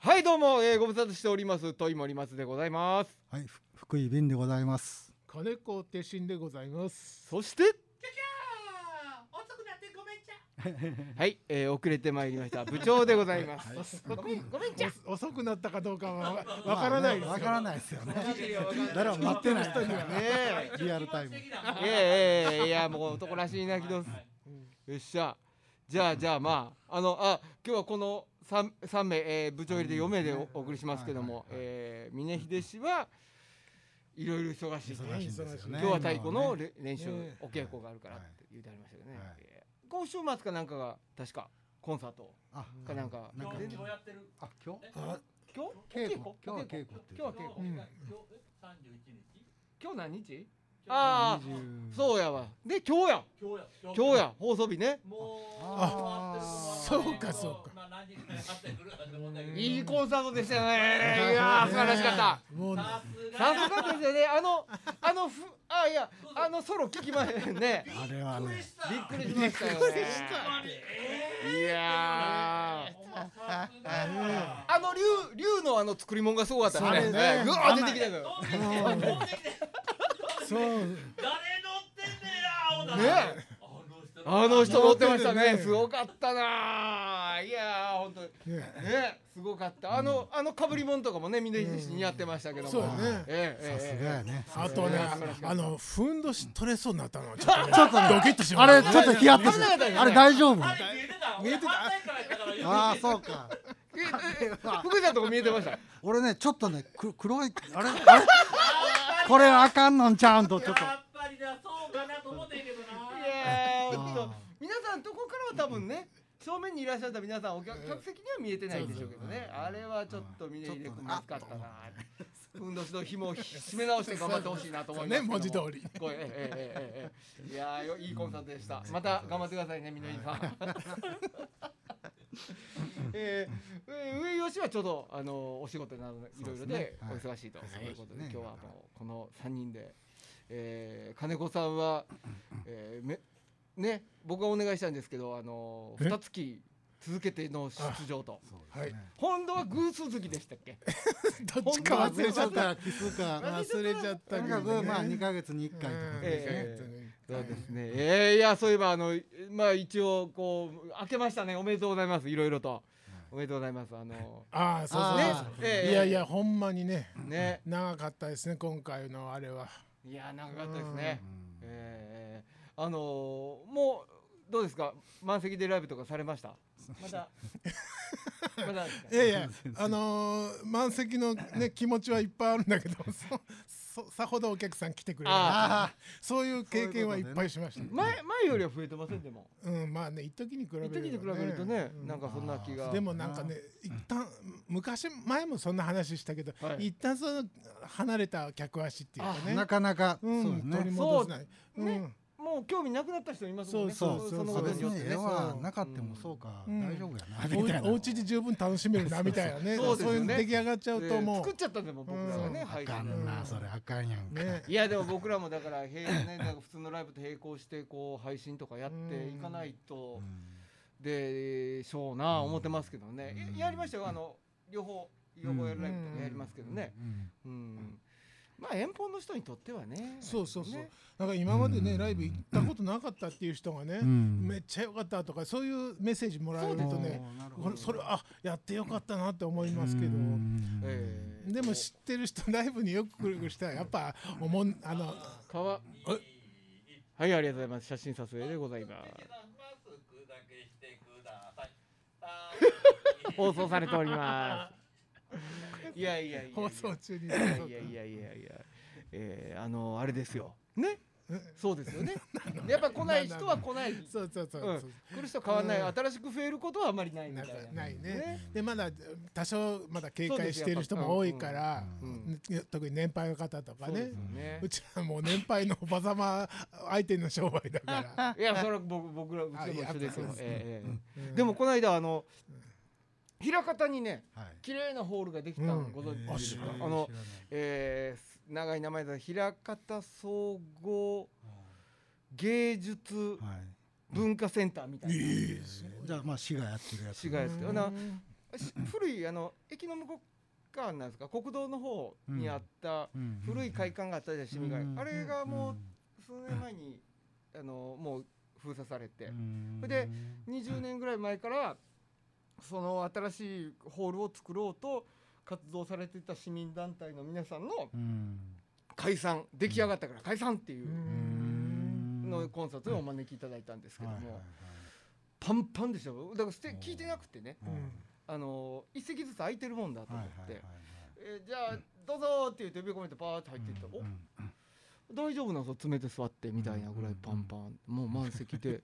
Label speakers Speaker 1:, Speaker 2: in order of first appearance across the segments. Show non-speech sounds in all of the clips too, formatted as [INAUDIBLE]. Speaker 1: はいどうも、えー、ご無沙汰しております問い森松でございます
Speaker 2: はい、ふ福井便でございます。
Speaker 3: 金子手心でございます。
Speaker 1: そして
Speaker 4: 遅くなってごめんちゃ
Speaker 1: はい、えー、遅れてまいりました部長でございます、
Speaker 4: ごめんごめんちゃ
Speaker 3: お遅くなったかどうかはわわからないですよ。
Speaker 2: わからないですよね。 [LAUGHS] 誰も
Speaker 3: 待
Speaker 2: 待ってない
Speaker 3: 人には
Speaker 1: ね
Speaker 3: ね。
Speaker 1: え
Speaker 2: リアルタイム。
Speaker 1: いやいやいやいやもう男らしいなきどすよっしゃじゃあじゃあまああのあ今日はこの 3, 三名、えー部長入りで4名でおお送りしますけども、えー峰秀氏はいろいろ忙しいと
Speaker 2: 忙しいんですよね。
Speaker 1: 今日は太鼓の
Speaker 2: ね
Speaker 1: れ練習、
Speaker 3: ね
Speaker 1: お稽古があるからっ
Speaker 2: はい
Speaker 1: て言うてありましたけどね、
Speaker 2: はい
Speaker 1: えー今週末かなんかが確かコンサート
Speaker 2: あ
Speaker 1: かなんか
Speaker 2: なん
Speaker 1: 今
Speaker 2: か今
Speaker 1: 日
Speaker 2: 日
Speaker 4: やってる
Speaker 2: あ、今日
Speaker 3: あ
Speaker 1: 今日
Speaker 2: 稽古
Speaker 1: お
Speaker 2: 今日は
Speaker 1: お
Speaker 2: 稽古って
Speaker 1: 今日は稽古
Speaker 3: うん
Speaker 4: 三十一日
Speaker 1: 今日何日ああ
Speaker 2: 20
Speaker 1: そうやわで今日や
Speaker 4: 今日や今
Speaker 1: 今日や放送日ね
Speaker 4: もう
Speaker 2: あ
Speaker 3: そうかそうか
Speaker 4: まあ何時間かかってくるかと思うんだけど
Speaker 1: いいコンサートでしたねいやー素晴らしかった
Speaker 3: もう
Speaker 4: さすが
Speaker 1: さすがですよね。あの、あのふ、あ、いや、あのソロ聞きましたよね。
Speaker 2: あれはね、
Speaker 1: びっくりしましたよね。いやー。
Speaker 4: さすがや
Speaker 1: あの竜、竜のあの作り物がすごかったです
Speaker 3: そ
Speaker 1: ね。
Speaker 3: うね
Speaker 1: ぐわー出てきたよ。
Speaker 4: 飛んできて飛んできて
Speaker 3: そう
Speaker 4: 誰乗ってんねや青だな
Speaker 1: ね
Speaker 4: あ
Speaker 1: あの
Speaker 4: の人
Speaker 1: 人乗ってました
Speaker 3: 乗って
Speaker 1: ね。
Speaker 3: るね
Speaker 1: すごかったなー。いやー、本当に。
Speaker 3: ね
Speaker 1: ね、すごかった。あの、あの被り物とかもね、みんな自身にやってましたけども。
Speaker 3: そうね
Speaker 1: ええ。え
Speaker 2: さ
Speaker 1: え
Speaker 2: す
Speaker 1: ええ
Speaker 2: がやね。
Speaker 3: あとね
Speaker 1: 素晴らし、かった
Speaker 3: あのふんどし取れそうになったのはちょっとね、ドキッとしま
Speaker 2: あ
Speaker 3: した。
Speaker 2: れちょっとヒヤッとした。あれ大丈夫？
Speaker 4: あ
Speaker 2: あ
Speaker 4: れ見えてた見えてた反対からやったから
Speaker 2: あー、そうか。
Speaker 1: ええ福井さんとこ見えてました。
Speaker 2: 俺ね、ちょっとね、く黒いあれあれこれあかんのんちゃうんとちょっと。
Speaker 4: やっぱりだそうかなと思ってんけどない
Speaker 1: やー
Speaker 2: あー
Speaker 1: ちょっと皆さんとこからは多分ね正面にいらっしゃった皆さんお客客席には見えてないんでしょうけどねあれはちょっと峰秀君
Speaker 2: ちょっとね
Speaker 1: まずかったな運動しの紐を締め直して頑張ってほしいなと思います
Speaker 3: ね
Speaker 1: けども
Speaker 3: 文字通り。
Speaker 1: こうええええええええいやーよいいコンサートでしたまた頑張ってくださいね峰秀さん [LAUGHS] えーえー上吉はちょうどあのお仕事などいろいろでお
Speaker 2: そう
Speaker 1: 忙
Speaker 2: ですね
Speaker 1: しいということで
Speaker 2: はい
Speaker 1: 今日はもうこの三人でえー金子さんはえーめね、僕がお願いしたんですけど、あの
Speaker 3: え
Speaker 1: ー、二月続けての出場と。
Speaker 3: はい。
Speaker 1: 本当は偶数月でしたっけ。
Speaker 3: どっちか忘れちゃっ
Speaker 2: か
Speaker 3: た。
Speaker 2: ら奇数か。
Speaker 3: 忘れちゃった
Speaker 2: と
Speaker 3: け
Speaker 2: に
Speaker 3: ど
Speaker 2: かく
Speaker 3: ね。
Speaker 2: まあ二ヶ月に一回とかですね。
Speaker 1: えそうですね。えー、いや、そういえば、あの、まあ、一応、こう、明けましたね。おめでとうございます。いろいろと。おめでとうございます。あ
Speaker 3: [LAUGHS]
Speaker 1: の
Speaker 3: ああ、そうそう
Speaker 2: あ
Speaker 3: ね
Speaker 2: ー。
Speaker 1: ー、ね
Speaker 3: いやい、や、ほんまにね、
Speaker 1: えーね、
Speaker 3: 長かったですね、今回のあれは。
Speaker 1: いや、長かったですね
Speaker 2: う。ん
Speaker 1: えー、あのー、もう、どうですか。満席でライブとかされました。まだ。 [LAUGHS] まだですか
Speaker 3: い。やいや、あのー満席のね、気持ちはいっぱいあるんだけど、 [LAUGHS] そ、そ、さほどお客さん来てくれない。
Speaker 2: あ
Speaker 3: そういう経験はいっぱいしました。
Speaker 1: 前、前よりは増えてません。でも。
Speaker 3: うん、まあね、一時に比べ
Speaker 1: 一
Speaker 3: る
Speaker 1: 時に比べるとね、なんかそんな気が。
Speaker 3: でもなんかね一旦昔前もそんな話したけど、
Speaker 1: はい
Speaker 3: 一旦その離れた客足っていうか
Speaker 2: あ、
Speaker 3: ね
Speaker 2: なかなかそう
Speaker 3: うん
Speaker 2: ですね
Speaker 3: 取り。戻せない
Speaker 1: そう
Speaker 3: うん
Speaker 1: ねもう興味なくなった人いますもんね。
Speaker 3: そうそう
Speaker 1: その
Speaker 3: そ
Speaker 1: こ
Speaker 3: う
Speaker 1: と
Speaker 2: 別
Speaker 1: によって
Speaker 2: に
Speaker 1: ね
Speaker 2: 絵。は
Speaker 3: そう
Speaker 2: なかってもそうか、
Speaker 3: うん
Speaker 2: 大丈夫やな、
Speaker 3: お
Speaker 2: みたいな
Speaker 3: お家で十分楽しめるなみたいなね
Speaker 1: そ
Speaker 3: そうう
Speaker 1: そうそう
Speaker 3: いうの出来上がっちゃうと
Speaker 1: えー
Speaker 3: も
Speaker 1: 作っちゃったんでもう僕らがね、
Speaker 3: う
Speaker 1: 配信
Speaker 2: あか
Speaker 1: で
Speaker 2: んな、
Speaker 3: うん
Speaker 2: それあかんやん
Speaker 3: う
Speaker 2: か、
Speaker 3: ね
Speaker 1: いやでも僕らもだから平ねなんか普通のライブと並行してこう配信とかやっていかないうと
Speaker 2: ん
Speaker 1: でしょうな思ってますけどね
Speaker 2: う。ん
Speaker 1: ややりましたよあの両方両方やるライブとかやりますけどね。
Speaker 2: うん
Speaker 1: うん。まあ遠方の人にとってはね。
Speaker 3: そうそうそう
Speaker 1: ね
Speaker 3: なんか今まで
Speaker 2: う
Speaker 3: ね
Speaker 2: ん
Speaker 3: ライブ行ったことなかったっていう人がね、
Speaker 2: うん
Speaker 3: めっちゃ良かったとかそういうメッセージもらえると
Speaker 1: ちょっ
Speaker 3: ね
Speaker 2: おーなるほ
Speaker 3: こ
Speaker 2: ど
Speaker 3: れそれあやってよかったなって思いますけど。
Speaker 2: うん
Speaker 1: えー
Speaker 3: でも知ってる人ライブによく来る人はやっぱおもんあの
Speaker 1: かわ
Speaker 3: え
Speaker 1: はいありがとうございます写真撮影でございます
Speaker 2: [LAUGHS]
Speaker 4: マスクだけしてください
Speaker 1: 放送されており
Speaker 2: [LAUGHS]
Speaker 1: ますいやいやいやいや
Speaker 3: 放送中に
Speaker 1: いやいやいやいやいやえー、あのあれですよねそうです
Speaker 3: [LAUGHS]
Speaker 1: よねやっぱ来ない人は来ない来
Speaker 3: そうそうそうそう、
Speaker 1: る人は変わらない、
Speaker 3: うん
Speaker 1: 新しく増えることはあまりないみた
Speaker 3: ないんか
Speaker 1: な
Speaker 3: ないね
Speaker 1: ね
Speaker 3: でまだ多少まだ警戒してる人も多いから、
Speaker 1: うん
Speaker 3: ね特に年配の方とか
Speaker 1: そうです
Speaker 3: ね
Speaker 1: よね
Speaker 3: うちらもう年配のおばさま相手の商売
Speaker 1: [LAUGHS]
Speaker 3: だから、
Speaker 1: いやそれは僕僕らうちらも一
Speaker 3: あ
Speaker 1: 緒ですよ
Speaker 3: やっぱそうですね
Speaker 1: えーえー
Speaker 3: うん
Speaker 1: でもこの間あの枚方にね
Speaker 2: はい
Speaker 1: 綺麗なホールができたのご存
Speaker 2: え
Speaker 1: 知
Speaker 2: ー
Speaker 1: ですか、
Speaker 3: あ知らない
Speaker 1: あの
Speaker 2: 知らない
Speaker 1: えー、長い名前だ平方総合芸術
Speaker 2: はい
Speaker 1: 文化センターみたいな
Speaker 3: ええ
Speaker 2: じゃあまあ市がやってるやつ
Speaker 1: 市街ですけど
Speaker 3: うん
Speaker 1: なし古いあの駅の向こう側なんですか国道の方にあった
Speaker 2: うん
Speaker 1: 古い会館があったじゃん、市民街、あれがもう数年前にあのもう封鎖されて、
Speaker 2: うん
Speaker 1: それで20年ぐらい前からその新しいホールを作ろうと活動されていた市民団体の皆さんの
Speaker 2: うん
Speaker 1: 解散出来上がったから解散っていううんのをコンサートでお招きいただいたんですけど
Speaker 2: はいはい
Speaker 1: も
Speaker 2: はい
Speaker 1: パンパンでしたよだからステ
Speaker 2: おー
Speaker 1: 聞いてなくてね
Speaker 2: うん
Speaker 1: あの一席ずつ空いてるもんだと
Speaker 2: は
Speaker 1: 思
Speaker 2: い
Speaker 1: っ
Speaker 2: はいはい
Speaker 1: て
Speaker 2: は
Speaker 1: 「えーじゃあどうぞ」って言って呼び込めてパーって入っていったら
Speaker 2: いうん
Speaker 1: 「お大丈夫なの詰めて座って」みたいなぐらいパンパンもう満席で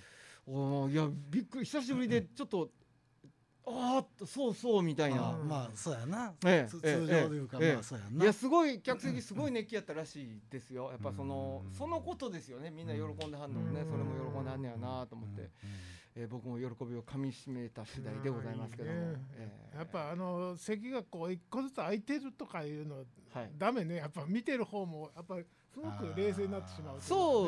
Speaker 1: [LAUGHS] おーいやびっくり久しぶりでちょっと「ああっとそうそう」みたい
Speaker 2: まあ
Speaker 1: な。
Speaker 2: まあそうやな
Speaker 1: ええ
Speaker 2: つ
Speaker 1: ええ
Speaker 2: 通常というか
Speaker 1: ええ
Speaker 2: まあそうや
Speaker 1: いや
Speaker 2: な
Speaker 1: すごい客席すごい熱気やったらしいですよやっぱその
Speaker 2: うん
Speaker 1: そのことですよねみんな喜んではんのもね
Speaker 3: うん
Speaker 1: それも喜んではんねやなと思って、
Speaker 2: う
Speaker 1: えー僕も喜びをかみしめた次第でございますけども、
Speaker 3: うんいいね
Speaker 1: えー
Speaker 3: やっぱあの席がこう一個ずつ空いてるとかいうの
Speaker 1: はい
Speaker 3: ダメねやっぱ見てる方もやっぱりすごく冷静になってしまうといかね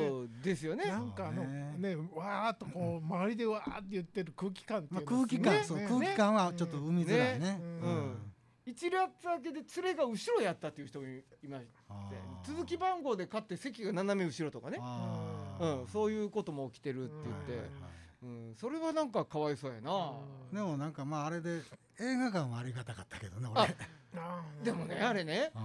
Speaker 1: そうですよね
Speaker 3: なんかあの
Speaker 2: そうね
Speaker 3: ねわーっとこう周りでわーって言ってる空気感って
Speaker 2: んま
Speaker 3: い
Speaker 2: あ
Speaker 3: うの
Speaker 2: 空
Speaker 3: はす
Speaker 2: 気
Speaker 3: ごいね
Speaker 2: 感そう
Speaker 3: ね
Speaker 2: 空気感はちょっと生みづらいね
Speaker 3: ね
Speaker 1: うん一列明けで連れが後ろやったっていう人もいまして
Speaker 2: あー
Speaker 1: 続き番号で勝って席が斜め後ろとかね、
Speaker 2: あ
Speaker 1: う
Speaker 2: ー
Speaker 1: ん、そういうことも起きてるって言って、うん、それはなんかかわいそうやな、
Speaker 2: でもなんかまああれで映画館はありがたかったけどね俺
Speaker 1: あでもねあれね
Speaker 2: うん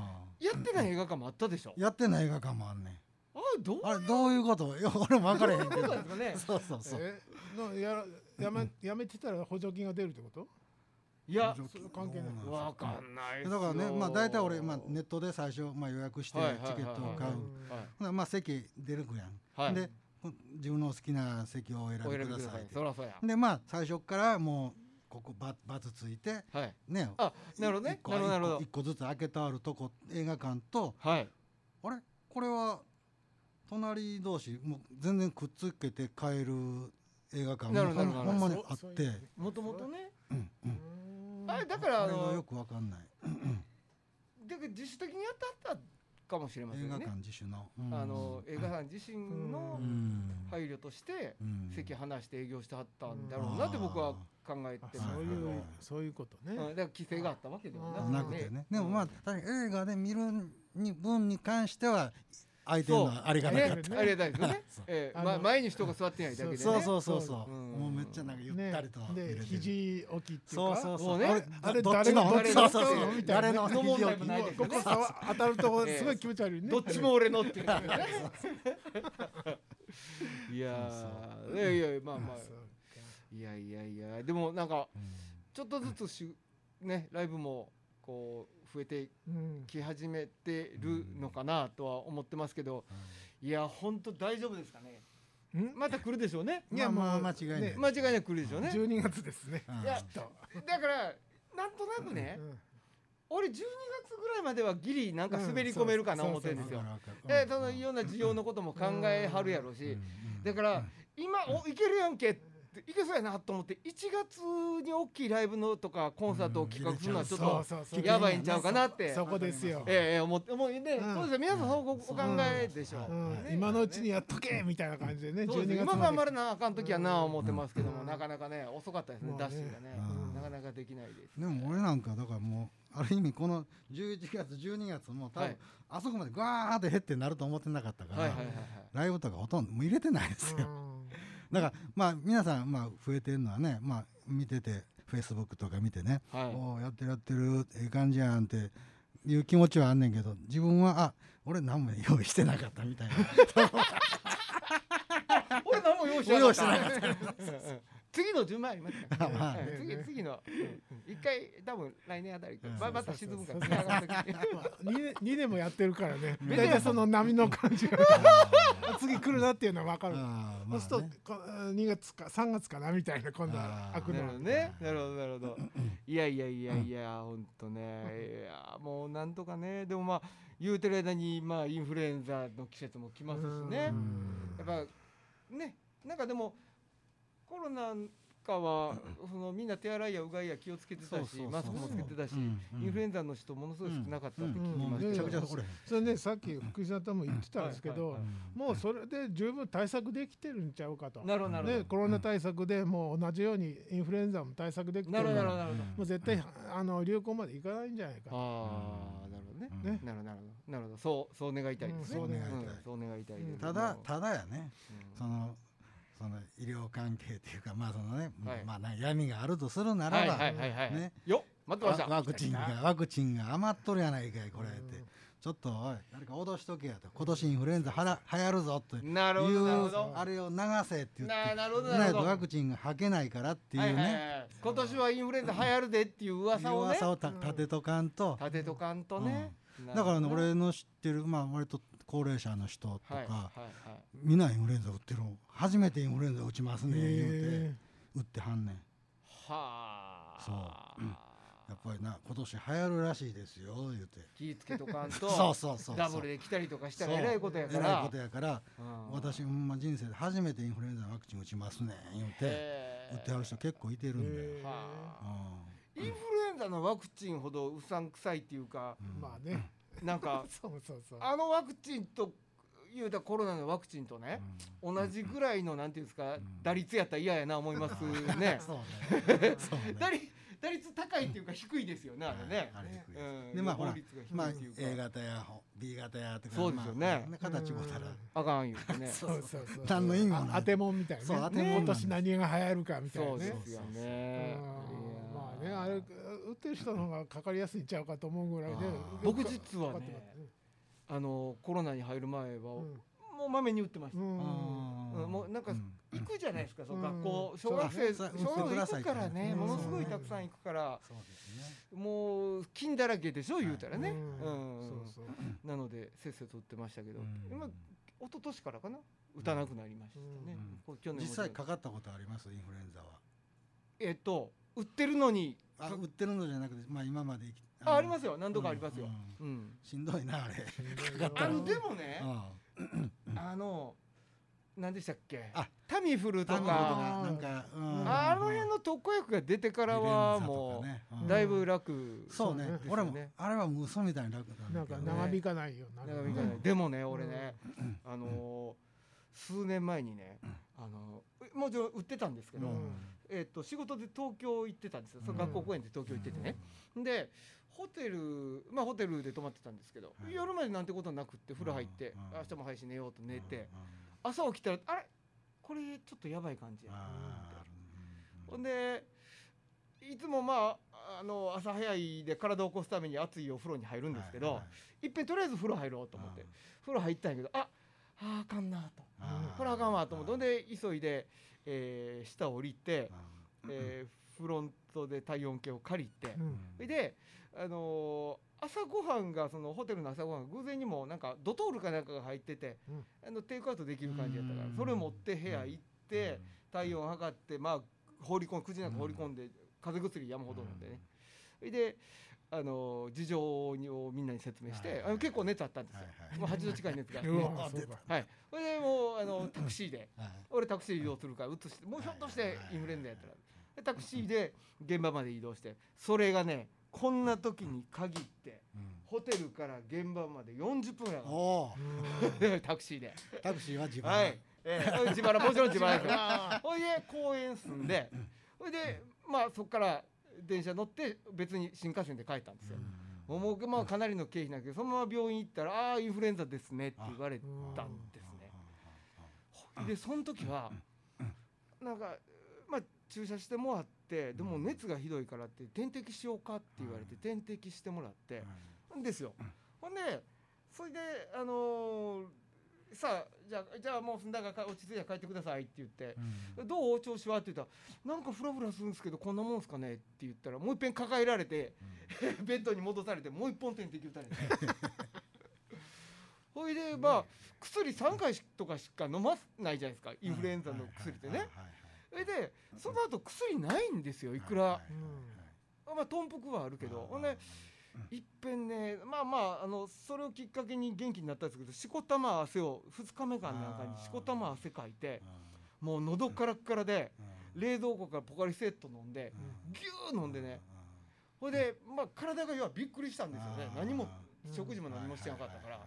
Speaker 1: やってない映画館もあったでしょ
Speaker 2: やってない映画館もあんねん
Speaker 1: あれどう
Speaker 2: あれどういうこといや俺も分からへんけ
Speaker 1: どうな
Speaker 2: ど
Speaker 1: んですかね
Speaker 2: そうそうそう
Speaker 3: えのやらやめやめてたら補助金が出るってこと
Speaker 1: いや
Speaker 2: 補助
Speaker 3: そう関係ない
Speaker 2: どうです
Speaker 1: わかんないっすよ
Speaker 2: だからねまあ大体俺まあネットで最初まあ予約して
Speaker 1: はいはいはい
Speaker 2: チケットを買う
Speaker 1: は
Speaker 2: ほなまあ席出るくやん、
Speaker 1: いはい
Speaker 2: で自分の好きな席をお選
Speaker 1: お
Speaker 2: び
Speaker 1: 選び
Speaker 2: くだ
Speaker 1: くだ
Speaker 2: さ
Speaker 1: さ
Speaker 2: い
Speaker 1: い
Speaker 2: って
Speaker 1: そらそや
Speaker 2: でまあ最初からもうここババツついて
Speaker 1: はい
Speaker 2: ね
Speaker 1: あなるほどね
Speaker 2: 一個
Speaker 1: なるほどなるほど
Speaker 2: 一個一個ずつ開けてあるとこ映画館と
Speaker 1: はい
Speaker 2: あれこれは隣同士もう全然くっつけて買える映画館
Speaker 1: なるほどなるほど
Speaker 2: ほんまに
Speaker 3: そう
Speaker 2: あっ
Speaker 3: そう
Speaker 2: て
Speaker 3: いう
Speaker 1: もともとね
Speaker 3: うん
Speaker 1: あれだからあ
Speaker 2: あれがよ
Speaker 1: の
Speaker 2: くわかんない
Speaker 1: だから自主的にやったったかもしれません
Speaker 2: 映画
Speaker 1: ね
Speaker 2: 館自主の、うん
Speaker 1: あの映画館自身の
Speaker 2: うん
Speaker 1: 配慮として
Speaker 2: うん
Speaker 1: 席離して営業してはったんだろうなって
Speaker 2: うん
Speaker 1: 僕は考え
Speaker 3: あ
Speaker 1: てま
Speaker 3: そ
Speaker 1: す
Speaker 3: う
Speaker 1: け
Speaker 3: い
Speaker 1: ど
Speaker 3: う、
Speaker 1: うん
Speaker 3: そういうことね、
Speaker 1: だから規制があったわけでは
Speaker 2: な
Speaker 1: な
Speaker 2: く
Speaker 1: く
Speaker 2: て
Speaker 1: て
Speaker 2: ねでもまあ確かに映画で見るに分に関しては相手のはありがたかっ
Speaker 1: ね
Speaker 2: た、
Speaker 1: ありがたいですよね
Speaker 2: そう [LAUGHS]
Speaker 1: ええ
Speaker 3: あの
Speaker 1: まあ前に人が座ってないだけでね
Speaker 2: そうそうそう
Speaker 3: そ
Speaker 2: そうう、
Speaker 1: うん
Speaker 2: もうめっちゃなんかゆったりと見れて
Speaker 3: ね
Speaker 2: る、
Speaker 3: で肘置きっていう
Speaker 2: そう
Speaker 3: か
Speaker 2: そう
Speaker 1: も
Speaker 2: そうう
Speaker 1: ね
Speaker 3: あれ
Speaker 2: どっちの
Speaker 3: 誰
Speaker 2: そ
Speaker 3: の
Speaker 2: うそう
Speaker 3: 誰
Speaker 2: そう
Speaker 3: のみたいな
Speaker 2: 誰
Speaker 3: ね
Speaker 2: の
Speaker 1: 飲もう
Speaker 2: 肘
Speaker 1: タ
Speaker 2: 置
Speaker 1: イプ
Speaker 2: き
Speaker 1: ないですよ
Speaker 3: こ
Speaker 1: ね
Speaker 3: こ触当たるとすごい気持ち悪い
Speaker 1: [LAUGHS]
Speaker 3: ね。
Speaker 1: どっちも俺のっていうねいやーいやいやまあまあ
Speaker 3: そうか
Speaker 1: いやいやいやでもなんかちょっとずつしねライブもこう増えて
Speaker 3: うん
Speaker 1: き始めてるのかなとは思ってますけどいや本当大丈夫ですかね
Speaker 3: ん
Speaker 1: また来るでしょうね
Speaker 3: いや
Speaker 2: まあ
Speaker 3: も
Speaker 2: まあ
Speaker 3: う
Speaker 2: 間違いない
Speaker 3: ね
Speaker 1: 間違いなく来るでしょうね
Speaker 3: 12月ですね。
Speaker 2: うん
Speaker 1: いや
Speaker 3: と
Speaker 1: だからなんとなくね俺12月ぐらいまではギリなんか滑り込めるかな思ってるんですよ
Speaker 2: わかるわかる
Speaker 1: で
Speaker 2: うん
Speaker 1: そのいろんな需要のことも考えはるやろうし
Speaker 2: うん
Speaker 1: だから今おいけるやんけっていけそうやなと思って1月に大きいライブのとかコンサートを企画するのはちょっ
Speaker 3: そう
Speaker 1: と
Speaker 3: そうそう。
Speaker 1: やばいんちゃうかなって
Speaker 3: そこですよ。
Speaker 1: ええ思ってもうね
Speaker 3: うん
Speaker 1: そうですよ皆さんそうお考えでしょ
Speaker 3: う
Speaker 1: うんね
Speaker 3: 今のうちにやっとけみたいな感じでね。
Speaker 1: そうです
Speaker 3: 12月
Speaker 1: 今頑張
Speaker 3: ま
Speaker 1: らなあかん時はなあ思ってますけども
Speaker 3: うん
Speaker 1: なかなかね遅かったですね
Speaker 3: ま
Speaker 1: ダ
Speaker 3: あね
Speaker 1: ッシュがね
Speaker 2: うん
Speaker 1: なかなかできないです
Speaker 2: でも俺なんかだからもうある意味この11月12月も多
Speaker 1: は
Speaker 2: 分
Speaker 1: い
Speaker 2: あそこまでガーって減ってなると思ってなかったから、
Speaker 1: はいはいはいはい
Speaker 2: ライブとかほとんどもう入れてないですよ、
Speaker 3: で。
Speaker 2: だからまあ皆さんまあ増えてるのはねまあ見ててフェイスブックとか見てね、
Speaker 1: はい
Speaker 2: おおやってるやってるええ感じやんっていう気持ちはあんねんけど自分はあ俺何も用意してなかったみた
Speaker 1: [LAUGHS]
Speaker 2: いな
Speaker 1: 俺何も用意してなかった。次の順番ありますから、
Speaker 2: まあね
Speaker 1: うん次次のうん一回多分来年あたりから
Speaker 2: うん
Speaker 1: ままた沈むから次上がる時
Speaker 3: まあ二
Speaker 1: [LAUGHS]
Speaker 3: 年二年もやってるからね。
Speaker 1: ん
Speaker 3: 大体その波の感じが次来るなっていうのはわかる。
Speaker 2: あーま
Speaker 3: そう
Speaker 2: あ
Speaker 3: する
Speaker 2: ね
Speaker 3: とこ2月か3月かなみたいな今度は開く
Speaker 1: なる
Speaker 3: の
Speaker 1: ほど。
Speaker 3: は
Speaker 1: ね [LAUGHS] なるほどなるほどいやいやいやいやほんとねいやもうなんとかねでもまあ言うてる間にまあインフルエンザの季節も来ますしね
Speaker 3: うん
Speaker 1: やっぱねなんかでもコロナかはそのみんな手洗いやうがいや気をつけてた
Speaker 2: そう
Speaker 1: し
Speaker 2: そうそう
Speaker 1: マスクもつけてたし、
Speaker 2: うんうん
Speaker 1: インフルエンザの人ものすごい少なかったって聞き
Speaker 3: うん
Speaker 1: ま
Speaker 2: もう
Speaker 1: した、
Speaker 2: めちゃくちゃこれ、
Speaker 3: それねさっき福井さんとも言ってたんですけど
Speaker 1: はいはい
Speaker 3: もうそれで十分対策できてるんちゃうかと。
Speaker 1: なるほどなるほど、
Speaker 3: ねコロナ対策でもう同じようにインフルエンザも対策できて
Speaker 1: な
Speaker 3: る
Speaker 1: るほど
Speaker 3: か
Speaker 1: な
Speaker 3: ら
Speaker 1: るほ
Speaker 3: も
Speaker 1: どなるほど
Speaker 3: う絶対あの流行までいかないんじゃないか
Speaker 1: ああなるほどね
Speaker 2: うん
Speaker 3: ね
Speaker 1: なるほどなるほどなるほどそうそう願いたいですね、
Speaker 3: うんそう願いたい
Speaker 1: んそう願いたいです
Speaker 2: ただ
Speaker 1: もう
Speaker 2: ただやね
Speaker 1: うん
Speaker 2: そのその医療関係というかまあそのね、
Speaker 1: はい
Speaker 2: まあな闇があるとするならば、
Speaker 1: はいはいはいはい、
Speaker 2: ね
Speaker 1: よっ待ってました
Speaker 2: ワワクチンがワクチンが余っとるやないかいこれって、
Speaker 3: うん
Speaker 2: ちょっとおい誰か脅しとけやと今年インフルエンザはら流行るぞという
Speaker 1: なるほどなるほど
Speaker 2: あれを流せって言って
Speaker 1: ななるほど
Speaker 2: な
Speaker 1: ないる
Speaker 2: と
Speaker 1: ほど
Speaker 2: ワクチンがはけないからっていう
Speaker 1: は
Speaker 2: ね、
Speaker 1: いはいはい今年はインフルエンザ流行るでっていう噂をね
Speaker 2: 噂をた立てとかんと、
Speaker 1: 立てとかんとね、
Speaker 2: だからね
Speaker 1: なる
Speaker 2: 俺の知ってるまあ割と高齢者の人と
Speaker 1: ほ
Speaker 2: か、
Speaker 1: どねはいはいはい
Speaker 2: みんなインフルエンザ打ってる初めてインフルエンザ打ちます
Speaker 3: と。
Speaker 2: ね言う
Speaker 3: へ
Speaker 2: て打ってはんねん
Speaker 1: はあ
Speaker 2: そうやっぱりな今年流行るらしいですよ言うて
Speaker 1: 気ぃつけとかんと
Speaker 2: [LAUGHS] そうそうそうそう
Speaker 1: ダブルで来たりとかしたら
Speaker 2: そう
Speaker 1: えらいことや
Speaker 2: え
Speaker 1: から
Speaker 2: らいことやから
Speaker 1: うん
Speaker 2: 私ほんま人生で初めてインフルエンザのワクチン打ちますね言うて
Speaker 1: へえ
Speaker 2: 打ってはる人結構いてるんだよ、
Speaker 3: へ
Speaker 1: は
Speaker 2: う
Speaker 1: あ
Speaker 2: ん
Speaker 1: インフルエンザのワクチンほどうさんくさいっていうか
Speaker 3: ーまあね。
Speaker 1: なんか [LAUGHS]
Speaker 3: そうそうそう。
Speaker 1: あのワクチンと言うたらコロナのワクチンとね、同じぐらいのなんていうんですか、
Speaker 2: ん
Speaker 1: 打率やったら嫌やな思います
Speaker 2: う
Speaker 1: ね
Speaker 2: ん [LAUGHS] そう
Speaker 1: [LAUGHS]
Speaker 2: ねそうね
Speaker 1: 打率打率高いっていうか低いですよねあれね、
Speaker 2: あれ低いです
Speaker 1: うん
Speaker 2: でまあほら
Speaker 1: 予防率が低
Speaker 2: まあ
Speaker 1: いっていうか
Speaker 2: A 型や B 型やって
Speaker 1: そうですよね
Speaker 2: まあ、形もたら
Speaker 1: あかん言うてね [LAUGHS]
Speaker 3: そうそうそう。
Speaker 2: 何の意味もない
Speaker 3: あ当てもんみたいなね。
Speaker 2: そう当てもんなん
Speaker 3: 今
Speaker 2: です
Speaker 3: 年何が流行るかみたい
Speaker 1: そ
Speaker 3: な
Speaker 1: うで
Speaker 3: ね。
Speaker 1: すよね
Speaker 3: うんまあ
Speaker 1: い
Speaker 3: ね
Speaker 1: やー
Speaker 3: あれ打ってる人の方がかかりやすいんちゃうかと思うぐらいで
Speaker 2: あー
Speaker 1: 僕実はね
Speaker 3: かかってます
Speaker 1: あのコロナに入る前は、もうまめに打ってました、
Speaker 3: うん
Speaker 1: うんもうなんか
Speaker 2: うん
Speaker 1: 行くじゃないですか、そう
Speaker 3: うん
Speaker 1: 学校
Speaker 3: そ
Speaker 1: 小
Speaker 3: うだ
Speaker 1: 学
Speaker 3: ね
Speaker 1: 生
Speaker 2: さ
Speaker 1: 小学校行くからね、
Speaker 3: うん
Speaker 1: ものすごいたくさん行くから、
Speaker 2: そうですね
Speaker 1: もう金だらけでしょ言うたらね、
Speaker 3: うん
Speaker 1: うん
Speaker 3: そうそう
Speaker 1: なのでせっせと打ってましたけど、
Speaker 2: うん
Speaker 1: 今一昨年からかな打たなくなりましたね、
Speaker 2: うん
Speaker 1: こう去年も
Speaker 2: 実際かかったことありますインフルエンザは
Speaker 1: えっと打ってるのに
Speaker 2: あ
Speaker 1: か
Speaker 2: 売ってるのじゃなくてまあ今まで生き
Speaker 1: あありますすよ何度かありますよ、うん
Speaker 2: しんどいなあれかか
Speaker 1: あ
Speaker 2: った
Speaker 1: の
Speaker 2: の
Speaker 1: でもね、
Speaker 2: あ
Speaker 1: あの何でしたっけ
Speaker 2: あ
Speaker 1: タミフルと
Speaker 2: タミフルと
Speaker 1: か
Speaker 2: かなんかうん
Speaker 1: あの辺の特効薬が出てからはも
Speaker 2: リベンザとか
Speaker 1: う
Speaker 2: ね
Speaker 1: だいぶ楽、
Speaker 2: うんそうね
Speaker 1: ですよ
Speaker 2: 俺もあれはもう嘘みたいに楽だ
Speaker 3: なん
Speaker 2: んだ
Speaker 3: か
Speaker 2: けど
Speaker 3: 長引かないようになる
Speaker 1: 長引かない
Speaker 2: うん
Speaker 1: でもね俺ね、あのー数年前にね、あのーもちろん売ってたんですけど、
Speaker 2: うん
Speaker 1: えっと仕事で東京行ってたんですよ、その
Speaker 2: うん
Speaker 1: 学校公演で東京行っててね、でホテルまあホテルで泊まってたんですけど、
Speaker 2: はい
Speaker 1: 夜までなんてことなくって風呂入って、
Speaker 2: うん
Speaker 1: 明日も配信寝ようと寝て、
Speaker 2: うん
Speaker 1: 朝起きたらあれこれちょっとやばい感じや
Speaker 2: あー
Speaker 1: ほんでいつもまああの朝早いで体を起こすために熱いお風呂に入るんですけど、
Speaker 2: はいい
Speaker 1: っぺんとりあえず風呂入ろうと思っ
Speaker 2: はい
Speaker 1: て風呂入ったんやけどあああかんなと
Speaker 2: あー
Speaker 1: これあかんわと思って
Speaker 2: あ
Speaker 1: ほ
Speaker 2: ー
Speaker 1: んで急いで、えー下降りて、えーフロントで体温計を借りて
Speaker 3: う
Speaker 2: うんん
Speaker 1: それで、あのー朝ごはんがそのホテルの朝ごはんが偶然にもなんかドトールかなんかが入ってて、
Speaker 3: うん
Speaker 1: あのテイクアウトできる感じやったから
Speaker 2: うん
Speaker 1: それ持って部屋行って。
Speaker 2: うん
Speaker 1: 体温測ってまあ放り込ん口の中放り込んで、風邪薬山ほど飲んでね、それであの事情をみんなに説明して、
Speaker 2: はいはい
Speaker 1: あの結構熱あったんですよ、
Speaker 2: はいはい
Speaker 1: もう8度近い熱
Speaker 2: [LAUGHS]
Speaker 1: が、
Speaker 3: う
Speaker 1: ね、
Speaker 3: わそうだ
Speaker 1: はいそれでもうあのタクシーで
Speaker 2: はい
Speaker 1: 俺タクシーで移動するから移してもうひょっとしてインフルエンザやったらでタクシーで現場まで移動してそれがねこんな時に限って
Speaker 2: うん
Speaker 1: ホテルから現場まで40分ぐらいかかる
Speaker 2: おお
Speaker 1: [LAUGHS] タクシーで。
Speaker 2: タクシーは自分
Speaker 1: はい
Speaker 2: で、
Speaker 1: ええ自腹もちろん自腹ですよほいで公園住んでほいでまあそこから電車乗って別に新幹線で帰ったんですよ、もうまあかなりの経費なんだけどそのまま病院行ったら「ああーインフルエンザですね」って言われたんですねでその時はなんかまあ注射してもらってでも熱がひどいからって点滴しようかって言われて点滴してもらって、んですよ。ほんでそれであのーさあじゃあじゃあもうすんだから落ち着いたら帰ってくださいって言って
Speaker 2: う
Speaker 1: 「
Speaker 2: ん
Speaker 1: どう調子は?」って言ったら「なんかフラフラするんですけどこんなもんすかね?」って言ったらもう一遍抱えられ [LAUGHS] て、ベッドに戻されてもう一本点滴打たれて。ほいでまあ薬3回とかしか飲まないじゃないですかインフルエンザの薬ってね。それでその後薬ないんですよいくらまあ頓服はあるけどほんでいっぺんねまあまああのそれをきっかけに元気になったんですけどしこたま汗を2日目間なんかにしこたま汗かいてもう喉からっからで冷蔵庫からポカリセット飲んでぎゅー飲んでねほいで、まあ、体が要はびっくりしたんですよね
Speaker 2: あー
Speaker 1: 何も食事も何もしてなかったから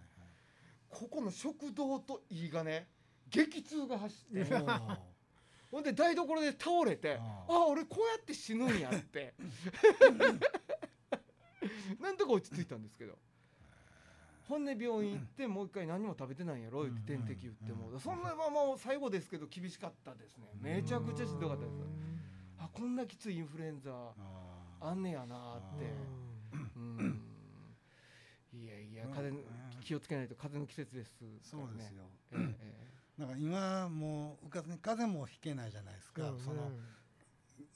Speaker 1: ここの食堂と胃がね激痛が走ってほんで台所で倒れてあ
Speaker 2: あ
Speaker 1: あ俺こうやって死ぬんやって
Speaker 2: [LAUGHS]
Speaker 1: なんとか落ち着いたんですけどほんで病院行ってもう一回何も食べてないんやろ言って
Speaker 2: うん
Speaker 1: 点滴打って
Speaker 2: う
Speaker 1: も
Speaker 2: んうん
Speaker 1: そんなままもう最後ですけど厳しかったですねめちゃくちゃしんどかったですあこんなきついインフルエンザあんねやなーってうんいやいや風邪気をつけないと風邪の季節ですからね
Speaker 2: そうですよ
Speaker 1: ええええ
Speaker 2: なんか今もううかつに風もひけないじゃないですか、その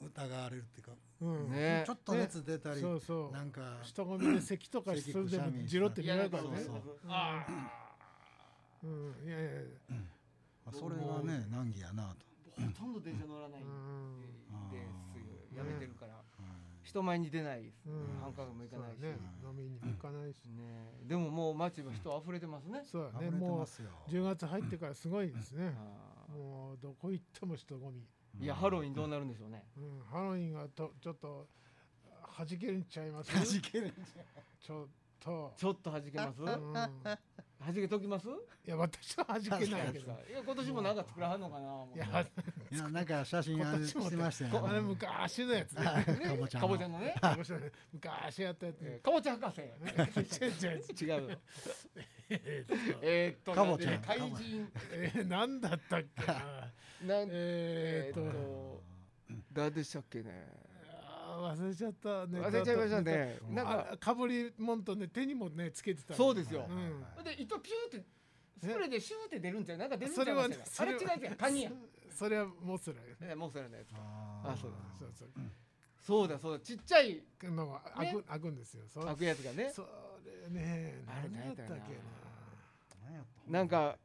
Speaker 2: 疑われるっていうか、
Speaker 3: うん
Speaker 1: ねえ
Speaker 2: ちょっと熱出たり、
Speaker 3: そうそう
Speaker 2: なんか
Speaker 3: 人混みで咳とかするでもジロって
Speaker 1: い
Speaker 3: 見
Speaker 1: や
Speaker 3: られ
Speaker 1: な
Speaker 3: る
Speaker 1: んか
Speaker 3: か
Speaker 1: ら
Speaker 3: ね
Speaker 1: ね
Speaker 2: そうそう
Speaker 1: あ
Speaker 3: うんいやいやいや
Speaker 2: まあそれはね難儀やなと、
Speaker 1: ーほとんど電車乗らない
Speaker 3: うん
Speaker 1: です
Speaker 2: うん
Speaker 1: やめてるから
Speaker 2: はい
Speaker 1: 人前に出ないです
Speaker 3: うん
Speaker 1: 繁華街も行か
Speaker 3: そう
Speaker 1: ないし
Speaker 3: だね飲みにも行かないし
Speaker 1: ねでももう街は人溢れてますね
Speaker 3: そうだ
Speaker 2: 溢れ
Speaker 3: ね
Speaker 2: て
Speaker 3: も
Speaker 2: ますよ
Speaker 3: う10月入ってからすごいですね
Speaker 1: あ
Speaker 3: もうどこ行っても人混み
Speaker 1: ーいやハロウィンどう
Speaker 2: な
Speaker 1: なるんでしょうね
Speaker 3: うんハロウィンがとちょっと弾けるんちゃいます
Speaker 2: かじける
Speaker 3: ちょっと
Speaker 1: ちょっと弾けます
Speaker 3: う
Speaker 1: 弾
Speaker 3: んい
Speaker 1: けときます
Speaker 3: や私は弾け
Speaker 1: い
Speaker 3: な
Speaker 1: や
Speaker 3: いけど
Speaker 1: 今年もなんか作らはんのかな思っ
Speaker 3: い
Speaker 1: て
Speaker 3: や
Speaker 2: いやなんか写真あれしてましたよ
Speaker 3: あれ
Speaker 2: ね
Speaker 3: 昔のやつね
Speaker 1: ね
Speaker 2: かぼちゃ
Speaker 1: か
Speaker 2: の
Speaker 1: ぼちゃのね
Speaker 3: 面白いね昔やったやつ
Speaker 1: えーかぼちゃ博士
Speaker 3: 違う違う
Speaker 1: 違うよえーっと
Speaker 2: かぼちゃ
Speaker 1: なんで怪人
Speaker 3: えー、何だったっけな
Speaker 1: なん
Speaker 3: えーっ
Speaker 1: えー
Speaker 3: と、
Speaker 1: っと誰でしたっけね
Speaker 3: あー忘れちゃったね
Speaker 1: 忘れちゃいましたね
Speaker 3: な
Speaker 1: なんん
Speaker 3: か
Speaker 1: か
Speaker 3: かぶりもんとね手にもねつけてた
Speaker 1: そう
Speaker 3: で
Speaker 1: ですよ
Speaker 3: うん
Speaker 1: で糸ピューってスプレーでシューって出るんじゃうなんか出るんじ
Speaker 3: それ
Speaker 1: ゃ
Speaker 3: は
Speaker 1: う
Speaker 3: ね
Speaker 1: あれ違う
Speaker 3: そ
Speaker 1: 違うカニや
Speaker 3: それはモスラよ
Speaker 1: えモンスターのやつか
Speaker 2: あ
Speaker 1: あそうだ
Speaker 3: そうそう
Speaker 1: そうだそうだちっちゃい
Speaker 3: くのが開く開くんですよそう
Speaker 1: 開くやつがね
Speaker 3: それね
Speaker 1: あれ
Speaker 3: 何やったっけな
Speaker 2: 何やっ
Speaker 1: なんか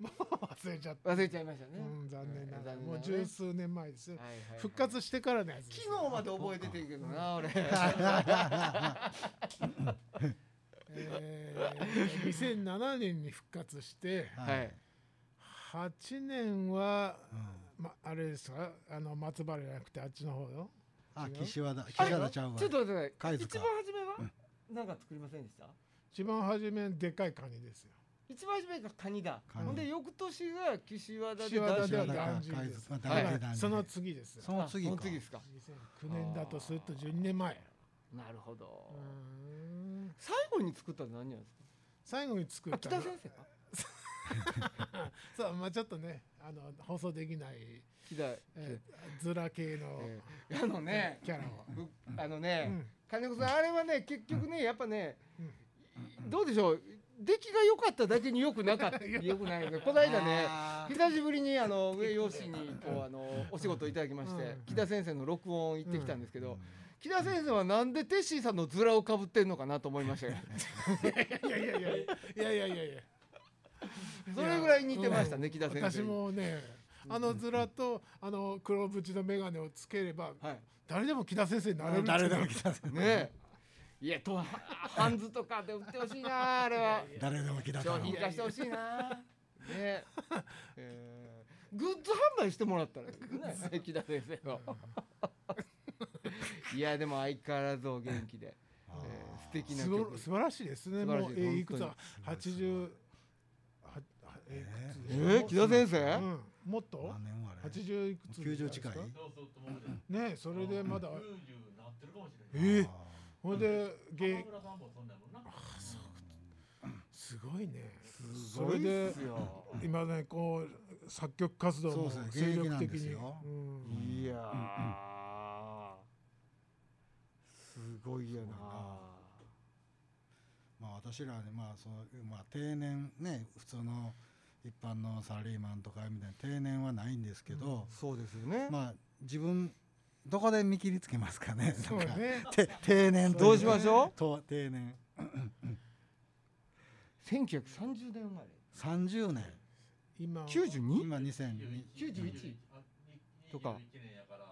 Speaker 3: 忘れちゃった、
Speaker 1: 忘れちゃいましたね
Speaker 3: うん、残念ながら、
Speaker 1: 残
Speaker 3: もう
Speaker 1: ね
Speaker 3: 十数年前ですよ、
Speaker 1: はいはいはい
Speaker 3: 復活してからのやつです
Speaker 1: 昨日まで覚えててんけどな俺
Speaker 3: えー、2007年に復活して
Speaker 2: た
Speaker 1: はい
Speaker 3: 8年は、
Speaker 2: うん
Speaker 3: ま、あれですかあの松原じゃなくてあっちの方よ
Speaker 2: あ、
Speaker 3: 違う
Speaker 2: 岸和田、
Speaker 1: あれ
Speaker 2: 岸和田ちゃうわ。
Speaker 1: ちょっと待って
Speaker 2: 貝
Speaker 1: 一
Speaker 2: 塚
Speaker 1: 番初めはなんか作りませんでした
Speaker 3: 一番初めでっかいカニですよ
Speaker 1: 一番初めがカニだ
Speaker 2: カニ
Speaker 1: ほんで翌年が岸和田で
Speaker 3: 岸和田
Speaker 2: 岸
Speaker 3: では
Speaker 1: 大
Speaker 2: 和田
Speaker 1: 丈
Speaker 2: か
Speaker 3: 断
Speaker 2: 海
Speaker 3: じ
Speaker 2: 津
Speaker 3: です
Speaker 2: まあ
Speaker 1: は
Speaker 2: 大
Speaker 1: い
Speaker 2: 丈
Speaker 3: は
Speaker 2: 夫
Speaker 3: い
Speaker 2: だね
Speaker 3: その次ですよ
Speaker 2: その次
Speaker 1: あその。
Speaker 2: か
Speaker 1: 次ですか
Speaker 3: 2009年だとすると12年前
Speaker 1: なるほど
Speaker 3: うーん
Speaker 1: 最後に作ったの何なんですか
Speaker 3: 最後に作っ
Speaker 1: あ
Speaker 3: た
Speaker 1: 北
Speaker 3: の
Speaker 1: 先生か
Speaker 3: そうまあちょっとねあの放送できない、
Speaker 1: 北
Speaker 3: えー、ズラ系の
Speaker 1: えーあのね
Speaker 3: キャラを、
Speaker 1: ぶあのね、
Speaker 3: うん
Speaker 1: 金子さんあれはね結局ねやっぱね、
Speaker 3: う
Speaker 1: どうでしょう出来が良かっただけによくなか
Speaker 3: [LAUGHS]
Speaker 1: った良くないよねこの間ね
Speaker 2: あー
Speaker 1: 久しぶりにあの上陽子にこうあのお仕事いただきまして、
Speaker 3: うん
Speaker 1: 木田先生の録音行ってきたんですけど、
Speaker 2: うん
Speaker 1: 木田先生はなんでテッシーさんのズラをかぶってんのかなと思いましたよ
Speaker 3: いやいやいやいやいやいやいやいや
Speaker 1: それぐらい似てましたね
Speaker 3: うん
Speaker 1: 木田先生
Speaker 3: 私もねあのズラとあの黒縁の眼鏡をつければ
Speaker 1: はい
Speaker 3: 誰でも木田先生になれる
Speaker 2: 誰でも来た。
Speaker 1: ねえいやとハンズとかで売ってほしいなあれは
Speaker 2: 誰でも来た。
Speaker 1: 商品化してほしいなねええーグッズ販売してもらったらいいですね木田先生をいやでも相変わらずお元気で、えー素敵な
Speaker 3: すご
Speaker 1: 曲
Speaker 3: 素晴らしいですね
Speaker 1: 素晴ら
Speaker 3: も
Speaker 1: し
Speaker 3: う
Speaker 1: い
Speaker 3: えーいくつ
Speaker 1: 本
Speaker 3: だ八十ははえーいくつでしょう
Speaker 1: えー木田先生
Speaker 3: うんもっと
Speaker 2: 何年はあれ。
Speaker 3: 八十いくつ
Speaker 2: 九十近い。
Speaker 4: そうそうと思うで
Speaker 3: ねそれでまだ
Speaker 4: 90なってるかもしれ
Speaker 3: え
Speaker 4: ない
Speaker 3: ーほんで
Speaker 4: 川
Speaker 3: げ
Speaker 4: 村さんもそんなもんな
Speaker 3: すごいね
Speaker 1: す
Speaker 3: そ
Speaker 1: ご
Speaker 3: れ
Speaker 1: いで
Speaker 3: です
Speaker 1: よ
Speaker 3: 今ねこう作曲活動も
Speaker 2: そうですね
Speaker 3: 精
Speaker 2: 現役
Speaker 3: 力
Speaker 2: なん
Speaker 3: 的
Speaker 2: です
Speaker 3: に
Speaker 2: よ
Speaker 3: うん
Speaker 1: いやーすごいよな
Speaker 2: まあ私らねまあそのまあ定年ね普通の一般のサラリーマンとかみたいな定年はないんですけど、
Speaker 1: そうですよね、
Speaker 2: まあ自分どこで見切りつけますかね。
Speaker 3: そう
Speaker 2: なんか。
Speaker 3: ね
Speaker 2: て定年とい
Speaker 1: どうしましょ
Speaker 2: と定年
Speaker 1: う1930年生まれ
Speaker 2: 三十年。
Speaker 3: 今
Speaker 1: 92?
Speaker 2: 今二千二。
Speaker 1: 91とか
Speaker 4: 21年やから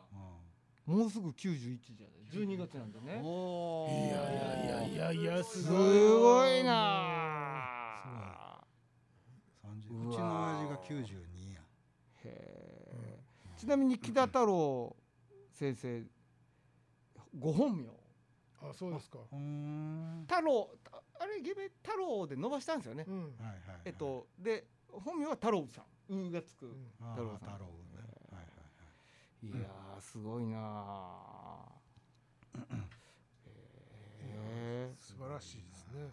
Speaker 1: もうすぐ91じゃない12月なんでね
Speaker 2: おお。
Speaker 3: いやいやいやいやいやす
Speaker 1: す
Speaker 3: ごい
Speaker 1: ごいなあ
Speaker 2: 三十。
Speaker 1: うわー
Speaker 2: うちの親父が九十二や。
Speaker 1: へえちなみに木田太郎先生ご本名
Speaker 3: あそうですか。
Speaker 2: うーん
Speaker 1: 太郎ああれゲベ太郎で伸ばしたんですよね、
Speaker 3: うん。
Speaker 2: はいはいはい
Speaker 1: えっとで本名は太郎さん「う」がつく、
Speaker 3: うん
Speaker 2: あー
Speaker 1: 太郎さん
Speaker 2: 太郎ねはいはい
Speaker 1: いやーすごいなあ、え
Speaker 3: 素晴らしいですね。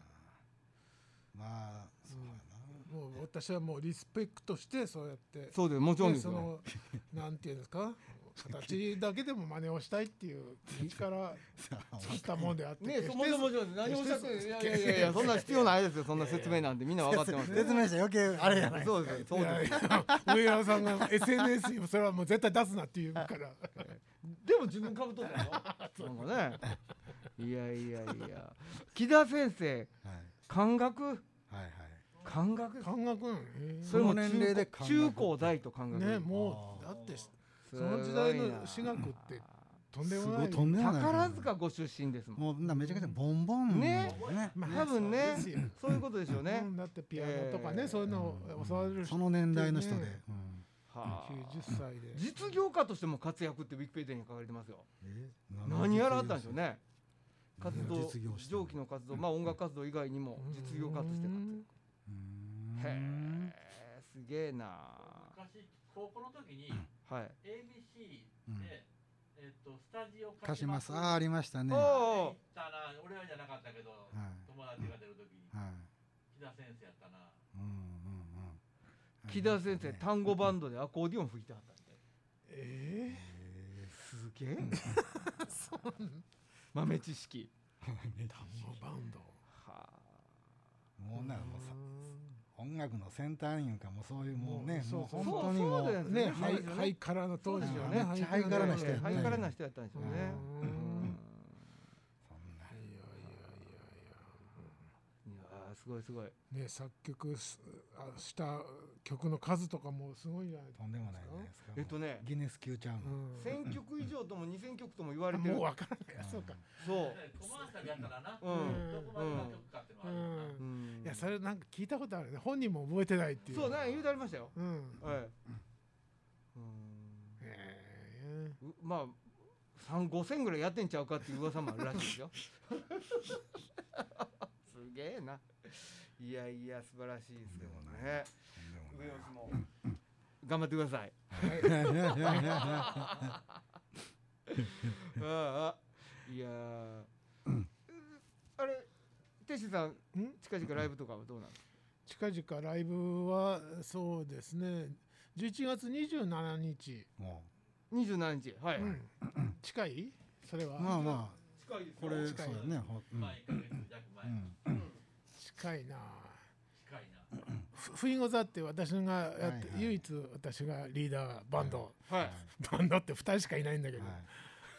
Speaker 2: まあそうや
Speaker 3: もう私はもうリスペクトしてそうやって
Speaker 1: ー、。そうですもちろんで
Speaker 3: ね
Speaker 1: す
Speaker 3: そ
Speaker 1: よ、
Speaker 3: のなんていうんですか。形だけでも真似をしたいっていう気から
Speaker 2: な [LAUGHS]
Speaker 3: 来たもんであって。
Speaker 1: ねえ、もちろん、もちろん、何もしたくない、いやいやいやいや、そんな必要ないですよ、そんな説明なんて、みんな分かってます。
Speaker 2: 説明して余計あれやない
Speaker 1: そうです、そう
Speaker 3: いや
Speaker 1: で
Speaker 3: い
Speaker 1: す。
Speaker 3: や上原さんが SNS にもそれはもう絶対出すなって言うから
Speaker 1: でも、自分かぶとったよ。なんかね。いやいやいや、木田先生、
Speaker 2: はい
Speaker 1: 感覚、
Speaker 2: はいはい
Speaker 1: 感覚。
Speaker 3: 感覚ね
Speaker 1: それも
Speaker 2: この
Speaker 1: 中
Speaker 2: 年齢で
Speaker 1: 高
Speaker 2: 感覚
Speaker 1: 中高大と感覚。
Speaker 3: ねもう
Speaker 2: あ
Speaker 3: だって
Speaker 1: す
Speaker 3: そ
Speaker 1: ごいな
Speaker 3: の時代の私学ってとんでもな
Speaker 2: すご
Speaker 3: い
Speaker 2: いとんでもない
Speaker 1: 宝塚ご出身ですもん。
Speaker 2: もうなめちゃくちゃボンボン
Speaker 1: ね
Speaker 2: ね
Speaker 3: まあ
Speaker 1: 多分ね
Speaker 3: そうですよ
Speaker 1: そういうことですよね
Speaker 3: う。んだってピアノとかね、
Speaker 1: えー
Speaker 3: そういうのを教わる人
Speaker 2: その年代の人で、
Speaker 3: ね
Speaker 2: うん
Speaker 1: はあ
Speaker 3: 90歳で
Speaker 1: 実業家としても活躍ってウィキペディアに書かれてますよ。
Speaker 2: え
Speaker 1: 何やらあったんでしょうね。
Speaker 2: 何
Speaker 1: 活
Speaker 2: を
Speaker 1: 動
Speaker 2: 実業して
Speaker 1: 上記の活動、まあ音楽活動以外にも実業家として活躍。
Speaker 2: うーん
Speaker 1: へえ、すげえな。
Speaker 4: 昔高校の時に
Speaker 1: はい。
Speaker 4: ABC
Speaker 2: うん
Speaker 4: で、えっとスタジオ
Speaker 2: 貸しますあーありましたね
Speaker 1: お
Speaker 2: は
Speaker 4: 行ったな俺らじゃなかったけど、
Speaker 2: い
Speaker 4: 友達が出る時に
Speaker 2: はい
Speaker 4: 木田先生やったな
Speaker 2: うんうんうん
Speaker 1: 木田先生、
Speaker 2: ね
Speaker 1: 単語バンドでアコーディオン吹いてはったんで。
Speaker 3: え
Speaker 2: へ
Speaker 1: すげえ。豆知識。
Speaker 2: ー
Speaker 3: ー、もうバンド
Speaker 1: はあ。
Speaker 2: もうなもうさ音楽の先端いうかもうそういうもう
Speaker 3: も
Speaker 2: ね
Speaker 3: うそう
Speaker 2: もう
Speaker 3: そう
Speaker 2: 本当にも
Speaker 1: そうだよ
Speaker 2: う
Speaker 1: ねそ
Speaker 3: ねハ
Speaker 1: う
Speaker 3: イ
Speaker 1: ですよね
Speaker 3: ハイカラの当時はね
Speaker 2: そうですよねめっちゃハイカラな人やった
Speaker 1: ハ
Speaker 2: よ
Speaker 1: イ
Speaker 2: ね
Speaker 1: カラな人やったんでしょうね。
Speaker 3: うん
Speaker 2: そんな
Speaker 3: うんいやいやいや
Speaker 1: うんいやーすごいすごい。
Speaker 3: いやね作曲すあした曲の数とかもすごいじゃない
Speaker 2: とんでもないじゃないですか
Speaker 1: えっとね、
Speaker 2: ギネス級ちゃうの
Speaker 3: うん
Speaker 1: 1000曲以上とも2000曲とも言わ
Speaker 3: あ
Speaker 1: れてる
Speaker 3: もう。わからないあそうか
Speaker 1: そう。
Speaker 4: コマーシャルやったらな、
Speaker 1: うん
Speaker 4: どこまでの曲かっていうの
Speaker 3: う
Speaker 4: はあるもんな、
Speaker 1: うんん
Speaker 3: いやそれなんか聞いたことあるね本人も覚えてないっていう
Speaker 1: そうなんか言うてありましたよ。
Speaker 3: うん
Speaker 1: はい。うん
Speaker 3: へ
Speaker 1: うまあ三五千ぐらいやってんちゃうかっていう噂もあるらしい [LAUGHS] ですよ。すげえな。いやいや素晴らしいですけど
Speaker 2: とんでも
Speaker 1: ね。
Speaker 2: とんでも
Speaker 1: 上
Speaker 2: ない
Speaker 1: 吉も頑張ってくださ [LAUGHS] い。
Speaker 3: え
Speaker 1: ああいやーあれ天心さん
Speaker 3: ん
Speaker 1: 近々ライブとかはどうなんですか
Speaker 3: 近々ライブはそうですね11月27日、、
Speaker 2: も
Speaker 1: 27日はいう
Speaker 3: ん、近いそれは、
Speaker 2: うまあまあ
Speaker 1: 近いです
Speaker 2: これそう
Speaker 3: 近い
Speaker 2: だねほうん
Speaker 4: まあ1ヶ月弱前、
Speaker 2: うん
Speaker 3: 近
Speaker 4: 近
Speaker 3: いな
Speaker 4: いな
Speaker 3: ふフインゴ座って私がやって、
Speaker 2: はいはい
Speaker 3: 唯一私がリーダーバンド、
Speaker 1: はい、
Speaker 3: バンドって2人しかいないんだけど、
Speaker 2: はい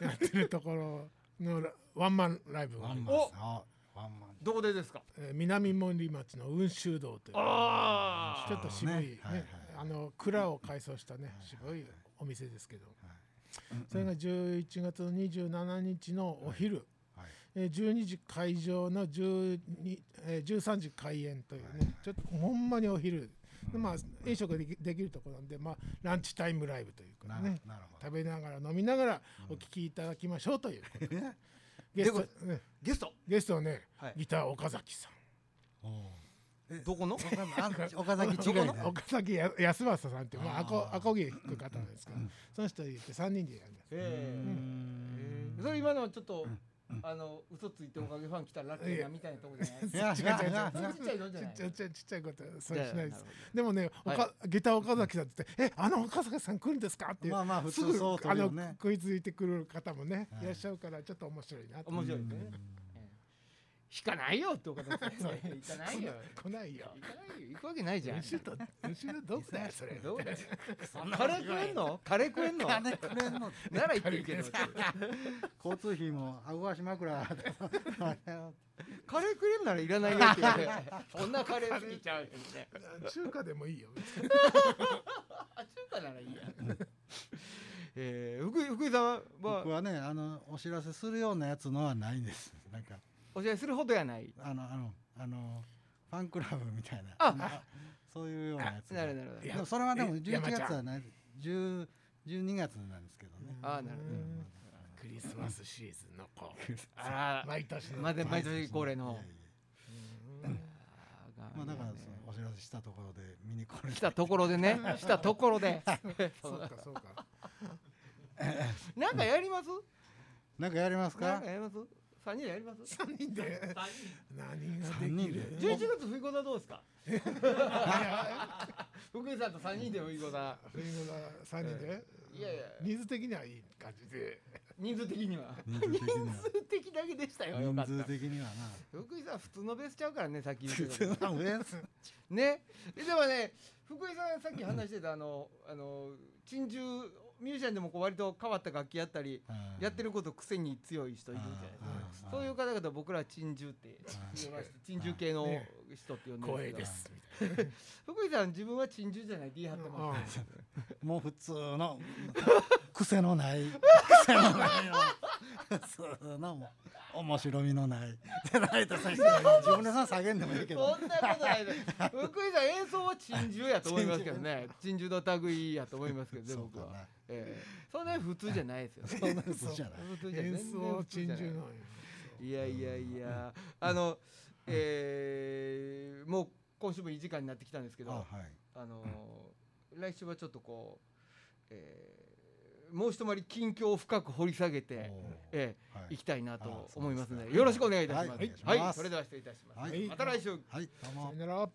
Speaker 3: やってるところのラ [LAUGHS] ワンマンライブを
Speaker 2: ワンマン
Speaker 1: お
Speaker 2: あワンマン
Speaker 1: どこでですか
Speaker 3: えー南森町の雲州堂という
Speaker 1: あ
Speaker 3: ちょっと渋い、ね
Speaker 2: はいはい
Speaker 3: あの蔵を改装したね渋いお店ですけど、それが11月27日のお昼、
Speaker 2: はい
Speaker 3: えー12時開場の12、えー13時開演というね、ちょっとほんまにお昼、でまあ、飲食ができできるところなんで、まあ、ランチタイムライブというか
Speaker 2: な
Speaker 3: ね
Speaker 2: なるほど
Speaker 3: 食べながら飲みながらお聴きいただきましょうということで、ゲス
Speaker 1: で
Speaker 3: トね
Speaker 1: ゲスト
Speaker 3: ゲストはね、
Speaker 1: はい
Speaker 3: ギター岡崎さん。
Speaker 2: おう
Speaker 1: どこの
Speaker 2: あ岡崎違いだよね
Speaker 3: 岡崎や安正さんっていう、まあ、
Speaker 2: あ
Speaker 3: アコ
Speaker 2: ー
Speaker 3: アコギ弾く方なんですけど、その人言って3人でやるんです。
Speaker 1: え
Speaker 2: うー
Speaker 1: え
Speaker 2: ん
Speaker 1: それ今のはちょっと、あの嘘ついておかげファン来たらラッキー
Speaker 3: い
Speaker 1: な
Speaker 3: や
Speaker 1: みたいなとこじゃない
Speaker 2: いや
Speaker 3: 違う違う違
Speaker 2: い
Speaker 3: う
Speaker 2: や
Speaker 1: そ
Speaker 2: い
Speaker 1: れち
Speaker 2: や
Speaker 1: っちゃいのじゃ
Speaker 3: ち
Speaker 1: な
Speaker 3: っ
Speaker 1: い
Speaker 3: ちゃいちっちゃいこと [LAUGHS] それしないで
Speaker 1: じゃあなる
Speaker 3: す
Speaker 1: ほど。
Speaker 3: でもね、お
Speaker 1: は
Speaker 3: かギター岡崎さんって言って「えあの岡崎さん来るんですか?」って、
Speaker 2: まあまあ普
Speaker 3: す
Speaker 2: 通
Speaker 3: ぐ
Speaker 2: そう
Speaker 3: あ
Speaker 2: 取るよ
Speaker 3: の
Speaker 2: ね
Speaker 3: 食いついてくる方もね、
Speaker 2: はい
Speaker 3: い、らっしゃるからちょっと面白いなと
Speaker 1: 面白いですねええ弾かないよってお方ですね [LAUGHS] 弾かないよ
Speaker 3: 来ないよ
Speaker 1: 行かないよ行くわけない [LAUGHS] じゃん
Speaker 3: 後ろ後ろどこだよそれ
Speaker 1: どうだよカレー食えんのカレー食えんの
Speaker 2: 金くれんの
Speaker 1: なら行っていいけど
Speaker 2: 交通費もあご足
Speaker 1: [LAUGHS]
Speaker 2: 枕
Speaker 1: カレー食えるならいらないよって言われてそんなカレー好きちゃうよね
Speaker 4: [LAUGHS]
Speaker 3: 中華でもいいよ
Speaker 1: あ中華ならいい [LAUGHS] や [LAUGHS] えー、福井福井さんは
Speaker 2: 僕
Speaker 1: は
Speaker 2: はねあのお知らせするようなやつのはないんですなんか
Speaker 1: お知らせするほどやない
Speaker 2: あのあのあのファンクラブみたいな
Speaker 1: あ
Speaker 2: なそういうようなやつ
Speaker 1: なるなるなる
Speaker 2: でもそれはでも
Speaker 3: え
Speaker 2: 11
Speaker 3: 山ちゃん
Speaker 2: 月はない10 12月なんですけどね。
Speaker 1: あーなるほど
Speaker 3: うんクリスマスシーズンのこ
Speaker 1: ああ
Speaker 3: う毎年の
Speaker 1: まだ毎年恒例
Speaker 2: いやい
Speaker 1: の
Speaker 2: や
Speaker 3: うん
Speaker 1: あー
Speaker 2: まあだから
Speaker 1: ね
Speaker 2: そのお知らせしたところで見に来れ
Speaker 1: 来たところでね来たところで
Speaker 3: そうかそうか
Speaker 1: なんかやります
Speaker 2: なんかやります
Speaker 1: なん
Speaker 2: か
Speaker 1: かやります三人でやります
Speaker 3: 三人で
Speaker 4: 三人
Speaker 3: 何がで
Speaker 2: 三
Speaker 3: き
Speaker 2: 人で
Speaker 3: る
Speaker 1: 十一月冬子座どうですか福井さんと三人で冬子座
Speaker 3: 冬の三人で
Speaker 1: いやいや
Speaker 3: 人数的にはいい感じで
Speaker 1: 人数的には
Speaker 2: 人数的には
Speaker 1: 人数的だけでしたよよか
Speaker 2: 人
Speaker 1: っ
Speaker 2: 数
Speaker 1: た
Speaker 2: 的にはな。
Speaker 1: 福井さん普通のベースちゃうからねさっき言って
Speaker 2: 普
Speaker 1: たけ
Speaker 2: 通
Speaker 1: ど
Speaker 2: の上です
Speaker 1: ねででもね福井さんさっき話してたあのあの珍獣ミュージシャンでもこう割と変わった楽器やったりやって
Speaker 2: る
Speaker 1: ること癖に強い人いるじゃないですかそういう方々僕らは珍獣って言いまして珍獣系の
Speaker 3: ね
Speaker 1: 人って呼んでる
Speaker 3: 光
Speaker 1: ん
Speaker 3: 栄
Speaker 1: で
Speaker 3: ですすみ
Speaker 1: けど [LAUGHS] 福井さん自分は珍獣じゃないって言い張って
Speaker 3: たい
Speaker 1: ま
Speaker 3: な
Speaker 2: もう普通の癖のない癖のないよ普通のもう面白みのないじゃないとさ自分でさ下げんでもいいけ
Speaker 1: す
Speaker 2: ど
Speaker 1: そんなことないです福井さん演奏は珍獣やと思いますけどね珍獣の類いやと思いますけどね
Speaker 2: そう
Speaker 1: 僕
Speaker 2: か
Speaker 1: は
Speaker 2: な
Speaker 1: ええそんなに普通じゃないですよね
Speaker 2: そんな嘘じゃない
Speaker 1: 普通じゃない
Speaker 3: 演
Speaker 1: 全然普
Speaker 3: 奏珍
Speaker 1: 通じゃない
Speaker 3: 獣なんや
Speaker 1: いやいやいや、あの、えーもう今週もいい時間になってきたんですけど、
Speaker 2: あ
Speaker 1: あ
Speaker 2: は
Speaker 1: のー来週はちょっとこう、えー、申し止まり近況を深く掘り下げ
Speaker 2: い
Speaker 1: て、
Speaker 2: おー
Speaker 1: え
Speaker 2: は
Speaker 1: ー、いきたいなと
Speaker 2: あそうですね
Speaker 1: 思いますので、よろしくお願いいたします。
Speaker 2: はいお
Speaker 1: はい
Speaker 2: 願いします
Speaker 1: それでは失礼いたします。
Speaker 2: はい
Speaker 1: また来週。
Speaker 2: はいどう
Speaker 3: さ
Speaker 2: も
Speaker 3: よなら